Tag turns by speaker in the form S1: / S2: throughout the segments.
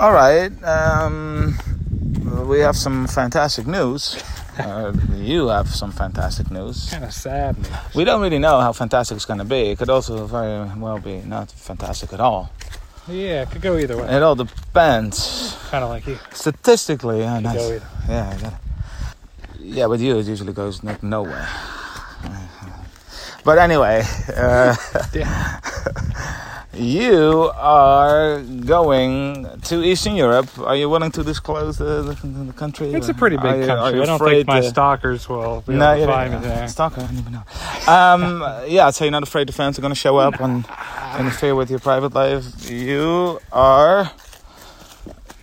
S1: All right. Um, we have some fantastic news. Uh, you have some fantastic news.
S2: Kind of sad. news.
S1: We don't really know how fantastic it's going to be. It could also very well be not fantastic at all.
S2: Yeah, it could go either way.
S1: It all depends.
S2: Kind of like you. Could
S1: Statistically, yeah, nice.
S2: go either.
S1: Yeah, I got it. Yeah, with you, it usually goes like nowhere. But anyway, uh,
S2: Damn.
S1: you are going to Eastern Europe. Are you willing to disclose the, the, the country?
S2: It's a pretty
S1: Are
S2: big
S1: you- are
S2: country.
S1: you
S2: I don't
S1: afraid
S2: think my
S1: to-
S2: stalkers will be
S1: No,
S2: able
S1: you
S2: to find me
S1: don't.
S2: there.
S1: Stalker, I don't even know. Um, yeah, so you're not afraid the fans are going to show up and interfere with your private life. You are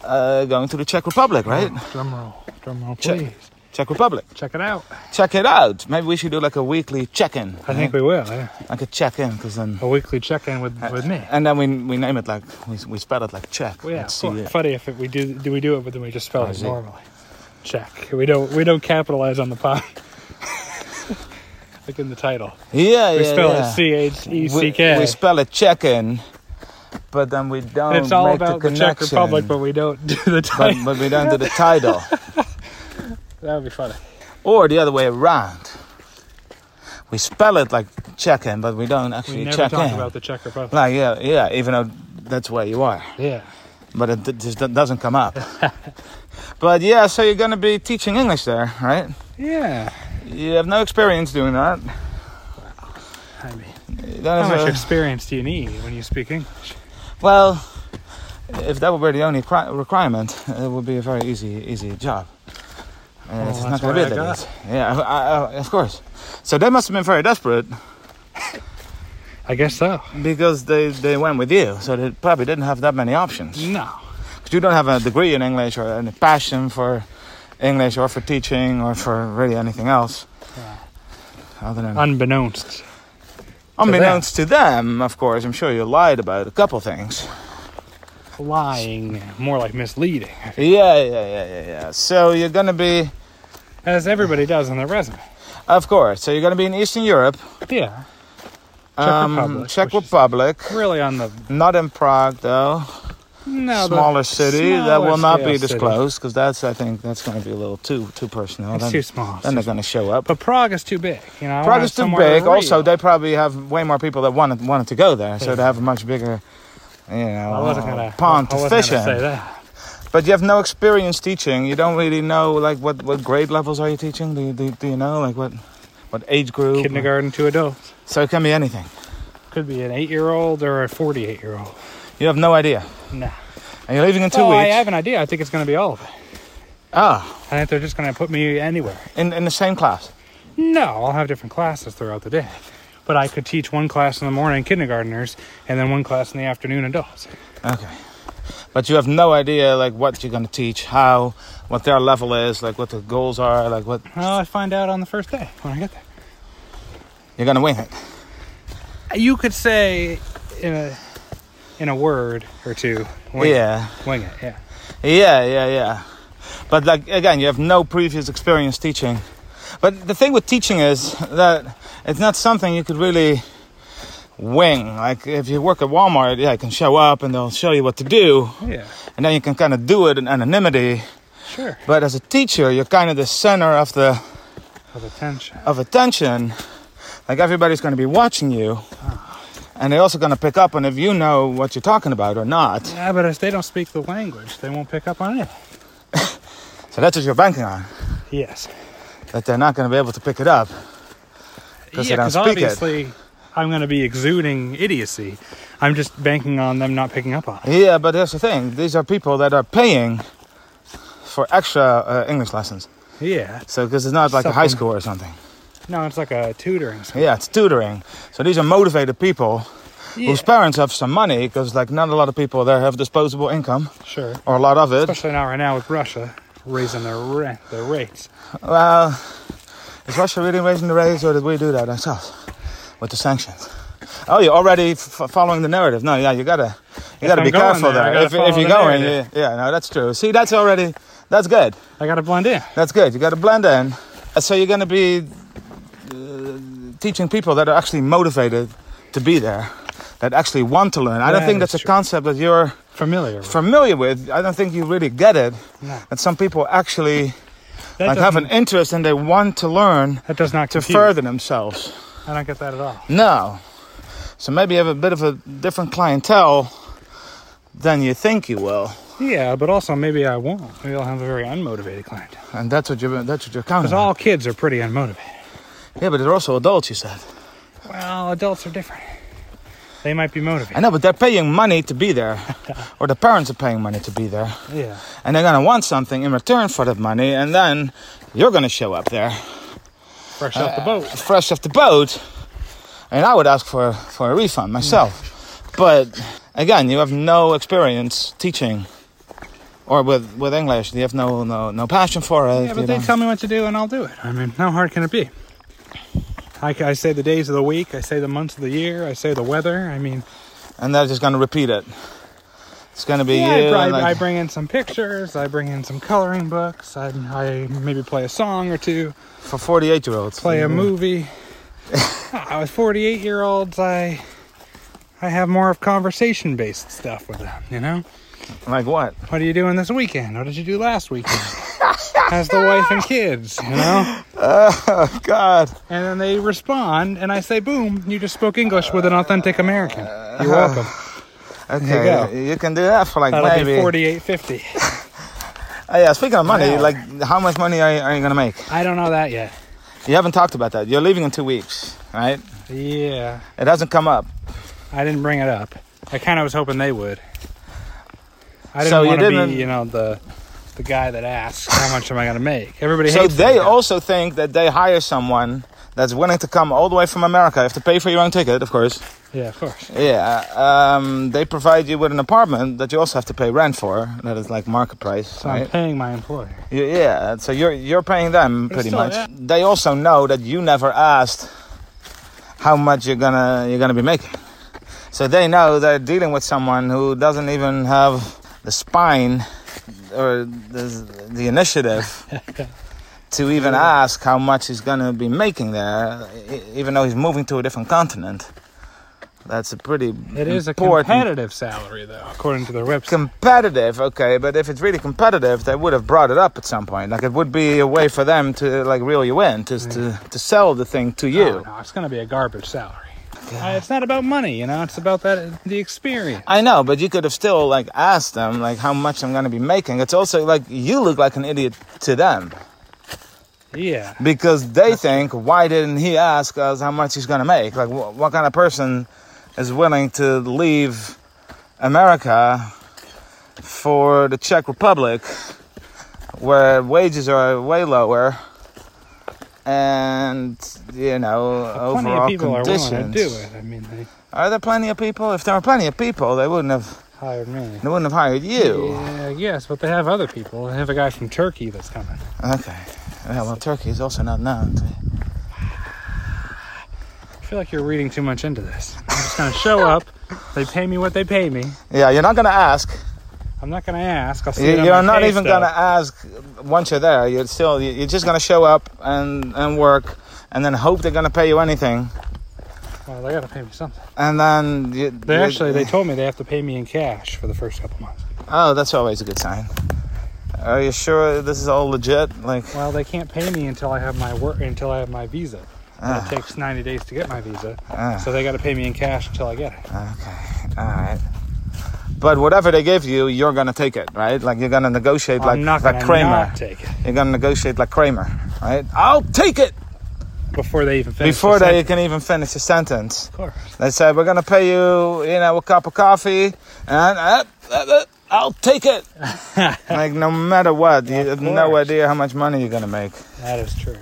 S1: uh, going to the Czech Republic, right?
S2: Drum roll. Drum roll,
S1: Check.
S2: please.
S1: Czech Republic.
S2: Check it out.
S1: Check it out. Maybe we should do like a weekly check-in.
S2: I think we will. Yeah.
S1: like a check-in, because then
S2: A weekly check-in with with me.
S1: and then we we name it like we, we spell it like Czech.
S2: Well, Oh, yeah,
S1: Let's
S2: fu-
S1: see it.
S2: funny if it, we do do we do it, but then we just spell
S1: I
S2: it
S1: see.
S2: normally. Check. We don't we don't capitalize on the pie. like in the title,
S1: Yeah,
S2: we
S1: yeah,
S2: spell
S1: yeah.
S2: it C H E C
S1: We, we
S2: K.
S1: spell it check-in, but then we don't.
S2: It's all
S1: make
S2: about
S1: the,
S2: the, Czech
S1: connection.
S2: Republic, but we don't do the
S1: but,
S2: title.
S1: but we don't do the title.
S2: That would be funny.
S1: Or the other way around. We spell it like check in, but we don't
S2: We
S1: actually
S2: never
S1: check
S2: talk
S1: in.
S2: about the Czech Republic.
S1: like, yeah, yeah, even though that's where you are.
S2: yeah.
S1: But it d- just do- doesn't come up. but yeah, so you're going to be teaching English there, right?
S2: Yeah.
S1: You have no experience doing that.
S2: I mean,
S1: You don't
S2: how
S1: have
S2: much
S1: a-
S2: experience do you need when you speak English?
S1: well, if that were the only cri- requirement, it would be a very easy, easy job. Uh, it's
S2: Oh, that's
S1: not going to
S2: what
S1: be
S2: I
S1: that
S2: got.
S1: easy. Yeah, I, I, of course. So they must have been very desperate
S2: I guess so.
S1: because they, they went with you, so they probably didn't have that many options.
S2: No.
S1: 'Cause you don't have a degree in English or any passion for English or for teaching or for really anything else. Other than
S2: Unbeknownst.
S1: unbeknownst to them, of course, I'm sure you lied about a couple things.
S2: Lying. More like misleading.
S1: Yeah, yeah, yeah, yeah, yeah. So you're gonna be,
S2: As everybody does on their resume.
S1: of course, so you're gonna be in Eastern Europe,
S2: Yeah. Czech
S1: um,
S2: Republic,
S1: Czech
S2: which is-
S1: Republic,
S2: Really on the
S1: not in Prague though.
S2: no, the
S1: smaller city that will not
S2: smaller
S1: be
S2: scale city.
S1: disclosed because that's, I think, that's gonna be a little too too personal.
S2: It's
S1: Then-
S2: too small.
S1: Then they're gonna show up.
S2: But Prague is too big, you know. I
S1: Prague
S2: wanted
S1: is too
S2: somewhere
S1: big.
S2: real.
S1: Also, they probably have way more people that wanted wanted to go there, so
S2: Yeah.
S1: they have a much bigger, you know,
S2: I wasn't gonna
S1: pond to
S2: I wasn't
S1: fish
S2: gonna say
S1: in.
S2: that.
S1: But you have no experience teaching. You don't really know like what, what grade levels are you teaching? Do you, do, do you know like what what age group?
S2: Kindergarten to adults
S1: So it can be anything.
S2: could be an eight-year-old or a forty-eight-year-old.
S1: You have no idea,
S2: Nah.
S1: and you're leaving in two
S2: oh, I
S1: weeks.
S2: have an idea. I think it's gonna be all of it.
S1: Ah,
S2: I think they're just gonna put me anywhere.
S1: in in the same class.
S2: No, I'll have different classes throughout the day. But I could teach one class in the morning, kindergartners, and then one class in the afternoon, adults.
S1: Okay. But you have no idea like what you're gonna teach, how, what their level is, like what the goals are, like what
S2: Well, I find out on the first day when I get there.
S1: you're gonna wing it.
S2: you could say in a in a word or two wing
S1: Yeah.
S2: it, wing it yeah
S1: Yeah, yeah, yeah. But like again, you have no previous experience teaching. But the thing with teaching is that it's not something you could really wing. Like if you work at Walmart, yeah, you can show up and they'll show you what to do,
S2: Oh, yeah
S1: and then you can kind of do it in anonymity.
S2: sure
S1: But as a teacher, you're kind of the center of the
S2: of attention
S1: of attention. Like everybody's going to be watching you, and they're also going to pick up on if you know what you're talking about or not.
S2: yeah but if they don't speak the language they won't pick up on it
S1: So that's what you're banking on.
S2: yes
S1: That they're not going to be able to pick it up. 'Cause they don't
S2: yeah because
S1: speak it.
S2: obviously i'm going to be exuding idiocy i'm just banking on them not picking up on it
S1: Yeah, but that's the thing. These are people that are paying for extra uh, English lessons.
S2: yeah
S1: So, because it's not like a high
S2: Something.
S1: school or something.
S2: no it's like a tutoring school.
S1: Yeah, it's tutoring. So these are motivated people
S2: yeah
S1: whose parents have some money because, like, not a lot of people there have disposable income
S2: sure
S1: or a lot of it.
S2: especially now right now with russia raising their rent their rates
S1: Well, is Russia really raising the rates or did we do that ourselves with the sanctions? Oh, you're already f- f- following the narrative. No, yeah, you gotta, you gotta
S2: I'm
S1: be
S2: going
S1: careful
S2: there,
S1: there.
S2: I gotta
S1: If, if
S2: follow
S1: you're
S2: the
S1: going, yeah,
S2: narrative.
S1: yeah, no, that's true. See, that's already, that's good.
S2: i gotta blend in
S1: That's good. You got to blend in. Uh, So you're going to be uh, teaching people that are actually motivated to be there, that actually want to learn. I don't
S2: That
S1: think
S2: is
S1: that's a
S2: true.
S1: concept that you're
S2: familiar with.
S1: familiar with, I don't think you really get it.
S2: No.
S1: And some people actually
S2: That
S1: like have an
S2: doesn't-
S1: interest and they want to learn
S2: that does not
S1: to
S2: confuse.
S1: further themselves.
S2: I don't get that at all.
S1: No. So maybe you have a bit of a different clientele than you think you will.
S2: Yeah, but also maybe I won't. Maybe I'll have a very unmotivated client.
S1: And that's what you're that's what you're counting.
S2: Because
S1: on.
S2: all kids are pretty unmotivated.
S1: Yeah, but they're also adults, you said.
S2: Well, adults are different. They might be motivated.
S1: I know, but they're paying money to be there. or the parents are paying money to be there.
S2: Yeah.
S1: And they're gonna want something in return for that money, and then you're gonna show up there.
S2: Fresh off the boat.
S1: fresh off the boat, and I would ask for for a refund myself. But again, you have no experience teaching, or with with English, you have no no no passion for it.
S2: Yeah,
S1: you
S2: but they
S1: don't-
S2: tell me what to do and I'll do it. I mean, how hard can it be? I, ca- I say the days of the week, I say the months of the year, I say the weather. I mean,
S1: and they're just gonna repeat it. It's gonna be
S2: yeah,
S1: you.
S2: I, br- I,
S1: and like-
S2: I bring in some pictures, I bring in some coloring books, I, I maybe play a song or two,
S1: for forty-eight year olds.
S2: play a movie. Ah, With 48 year olds, I I have more of conversation based stuff with them, you know?
S1: Mm-hmm. Like what?
S2: What are you doing this weekend? What did you do last weekend? How's the wife and kids, you know?
S1: Oh God!
S2: And then they respond, and I say, boom, you just spoke English with an authentic American. You're welcome. go.
S1: Okay, you, can do that for like
S2: That'll
S1: maybe.
S2: be 48.50.
S1: Oh, yeah, speaking of money,
S2: Wow.
S1: like how much money are you, are you gonna make?
S2: I don't know that yet.
S1: You haven't talked about that. You're leaving in two weeks, right?
S2: Yeah.
S1: It hasn't come up.
S2: I didn't bring it up. I kind of was hoping they would. I didn't
S1: So you
S2: want to be,
S1: didn't-
S2: you know, the the guy that asks, how much am I going to make? Everybody
S1: So
S2: hates
S1: they
S2: that guy.
S1: also think that they hire someone that's willing to come all the way from America. You have to pay for your own ticket, of course.
S2: Yeah, of course.
S1: Yeah. Um, they provide you with an apartment that you also have to pay rent for. That is like market price,
S2: So I'm
S1: right?
S2: paying my employer.
S1: Y- yeah. So you're you're paying them
S2: But
S1: pretty
S2: still,
S1: much.
S2: yeah.
S1: They also know that you never asked how much you're gonna you're gonna be making. So they know they're dealing with someone who doesn't even have the spine or the, the initiative to even ask how much he's gonna be making there, e- even though he's moving to a different continent. That's a pretty
S2: It is a
S1: important-
S2: competitive salary, though, according to their website.
S1: competitive. Okay, but if it's really competitive, they would have brought it up at some point. Like it would be a way for them to like reel you in, to to, to sell the thing to you.
S2: Oh, no, it's going to be a garbage salary. Uh, it's not about money, you know. It's about that the experience.
S1: I know, but you could have still like asked them like how much I'm gonna be making. It's also like you look like an idiot to them
S2: Yeah,
S1: because they think why didn't he ask us how much he's gonna make? Like wh- what kind of person is willing to leave America for the Czech Republic where wages are way lower and you know
S2: plenty
S1: overall
S2: of people
S1: conditions.
S2: are willing to do it. I mean, they
S1: Are there plenty of people? If there were plenty of people, they wouldn't have
S2: hired me.
S1: they wouldn't have hired you.
S2: Yeah, yes, but they have other people. They have a guy from Turkey that's coming.
S1: Okay. Yeah, well, Turkey is also not known.
S2: I feel like you're reading too much into this. I'm just going to show up. They pay me what they pay me.
S1: Yeah, you're not gonna ask.
S2: I'm not going to ask. I'll see.
S1: You,
S2: it on
S1: you're
S2: my
S1: not
S2: pay
S1: even
S2: stub.
S1: gonna ask once you're there. You're still you- you're just gonna show up and and work, and then hope they're gonna pay you anything,
S2: Well, they got to pay me something.
S1: and then you,
S2: They
S1: you-
S2: actually they told me they have to pay me in cash for the first couple months.
S1: oh that's always a good sign. Are you sure this is all legit? Like
S2: Well, they can't pay me until I have my work until I have my visa. And It takes 90 days to get my visa,
S1: Ah.
S2: so they got to pay me in cash until I get it.
S1: all right. But whatever they give you, you're gonna take it, right? Like you're gonna negotiate like
S2: I'm not
S1: like
S2: gonna
S1: Kramer.
S2: not take it
S1: You're gonna negotiate like Kramer, right? I'll take it
S2: before they even finish.
S1: before
S2: the
S1: they
S2: sentence.
S1: can even finish a sentence.
S2: of course.
S1: They said, we're going to pay you, you know, a cup of coffee, and uh, uh, uh, I'll take it. like, no matter what, you have no
S2: course.
S1: idea how much money you're going to make.
S2: That is true.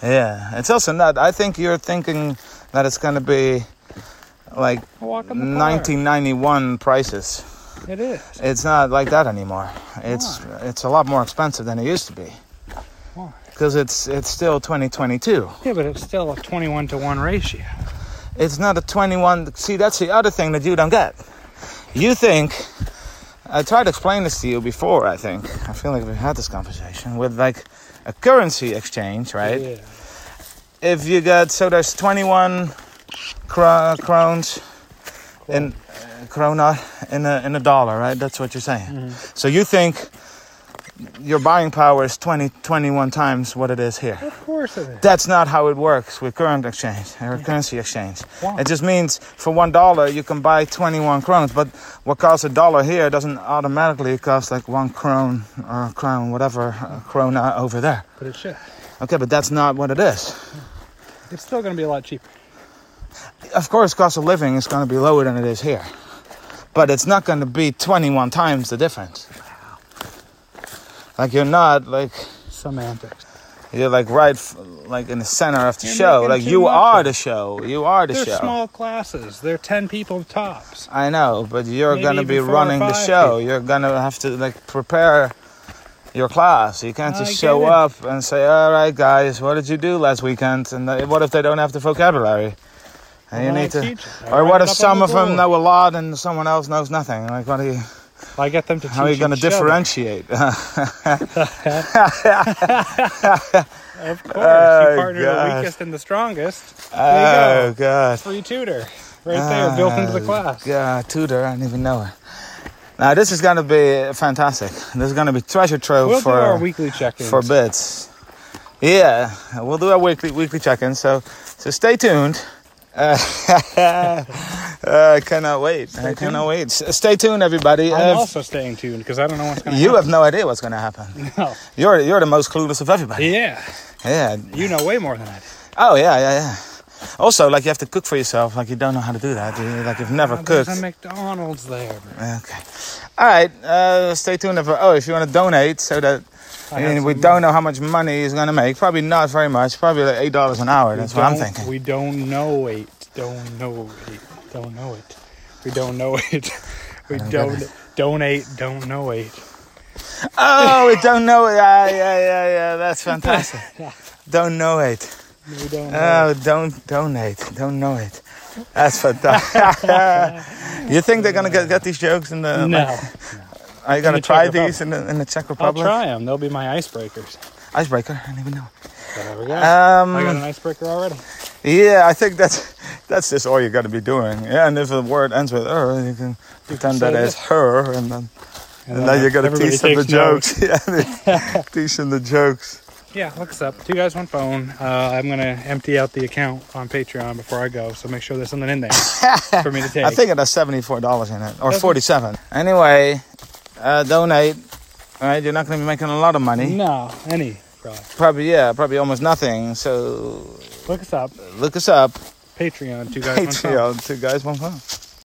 S2: yeah.
S1: Yeah. It's also not, I think you're thinking that it's going to be like
S2: A Walk in the park.
S1: 1991 prices.
S2: It is.
S1: It's not like that anymore. It's it's a lot more expensive than it used to be.
S2: Why?
S1: Because it's it's still 2022.
S2: Yeah, but it's still a 21 to one ratio.
S1: It's not a 21. See, that's the other thing that you don't get. You think. I tried to explain this to you before, I think. I feel like we've had this conversation with like a currency exchange, right?
S2: Yeah.
S1: If you get, so there's 21 cro- crowns in uh, krona in a, in a dollar, right? That's what you're saying. So you think your buying power is 20, 21 times what it is here.
S2: Of course it is.
S1: That's not how it works with current exchange or currency exchange.
S2: Why?
S1: It just means for one dollar you can buy 21 krones, but what costs a dollar here doesn't automatically cost like one krone or crown, whatever, uh, krona over there.
S2: But it should.
S1: Okay, but that's not what it is.
S2: It's still going to be a lot cheaper.
S1: Of course, cost of living is going to be lower than it is here, but it's not going to be 21 times the difference. Like you're not like
S2: Semantics.
S1: you're like right f- like in the center of the
S2: You're
S1: show.
S2: making
S1: Like
S2: too
S1: you
S2: much
S1: are
S2: of-
S1: the show. You are the
S2: They're
S1: show.
S2: small classes. They're 10 people tops.
S1: I know, but you're
S2: Maybe
S1: gonna be
S2: even four or
S1: running the
S2: five
S1: show. You're gonna have to like prepare your class. You can't
S2: I
S1: just
S2: get
S1: show
S2: it.
S1: up and say, "All right, guys, what did you do last weekend?" And they- what if they don't have the vocabulary? And you
S2: Well, I
S1: need to.
S2: teach it. I
S1: Or
S2: write
S1: what
S2: it
S1: if
S2: up on
S1: some
S2: the
S1: of them
S2: board.
S1: know a lot and someone else knows nothing? Like, what are you?
S2: I get them to teach
S1: How are you gonna
S2: each other.
S1: differentiate?
S2: Of course.
S1: Oh,
S2: you partner
S1: gosh.
S2: the weakest and the strongest. There
S1: oh
S2: you go.
S1: God!
S2: Free tutor. Right
S1: Ah,
S2: there, built into the class.
S1: Yeah, Tudor. I don't even know her. Now this is gonna be fantastic. This is gonna be treasure trove
S2: We'll
S1: for
S2: do our weekly check-ins.
S1: for bits. Yeah, we'll do our weekly weekly check-in. So so stay tuned. Uh, uh, I cannot wait. I cannot wait. S- Stay tuned, everybody.
S2: I'm
S1: Uh,
S2: also staying tuned because I don't know what's going to
S1: you have no idea what's going to happen.
S2: happen.
S1: You're you're the most clueless of everybody.
S2: Yeah.
S1: Yeah.
S2: You know way more than I do.
S1: Oh yeah yeah yeah. Also, like you have to cook for yourself. Like you don't know how to do that. You, like you've never
S2: Oh, there's
S1: cooked.
S2: a McDonald's there. bro.
S1: Okay. All right. Uh, stay tuned. If, oh, if you want to donate, so that
S2: I
S1: I mean,
S2: have
S1: we
S2: some-
S1: don't know how much money he's gonna make. Probably not very much. Probably like eight dollars an hour. That's
S2: We
S1: what I'm
S2: don't-
S1: thinking.
S2: We don't know it. Don't know it. Don't know it. We don't know it. We
S1: don't get
S2: don't donate. Don't know it.
S1: Oh, we don't know it. Yeah, yeah, yeah, yeah. That's fantastic. Don't know it.
S2: We don't. know
S1: Oh, don't donate. Don't know it. That's fantastic. you think they're gonna get, get these jokes in the?
S2: it. No,
S1: like, are you gonna
S2: the Czech
S1: try
S2: Republic.
S1: these in the in the Czech
S2: I'll
S1: Republic?
S2: try them. They'll be my icebreakers.
S1: Icebreaker. I don't even know.
S2: There we go.
S1: Um,
S2: I got an icebreaker already.
S1: Yeah, I think that's that's just all you got to be doing. Yeah, and if a word ends with "er," you can pretend that
S2: say
S1: it's her, and then and,
S2: then
S1: then you got to
S2: everybody
S1: teach them the
S2: takes notes.
S1: jokes. yeah, teach them the jokes.
S2: Yeah, look us up. Two guys, one phone. Uh, I'm gonna empty out the account on Patreon before I go, so make sure there's something in there for me to take.
S1: I think it has seventy-four dollars in it, or
S2: Doesn't-
S1: forty-seven. Anyway, uh, donate. All right, you're not going to be making a lot of money.
S2: no, any. Probably.
S1: Probably, yeah, probably almost nothing. So
S2: Look us up.
S1: look us up.
S2: Patreon. Two guys, one phone.
S1: Patreon, two guys, one phone.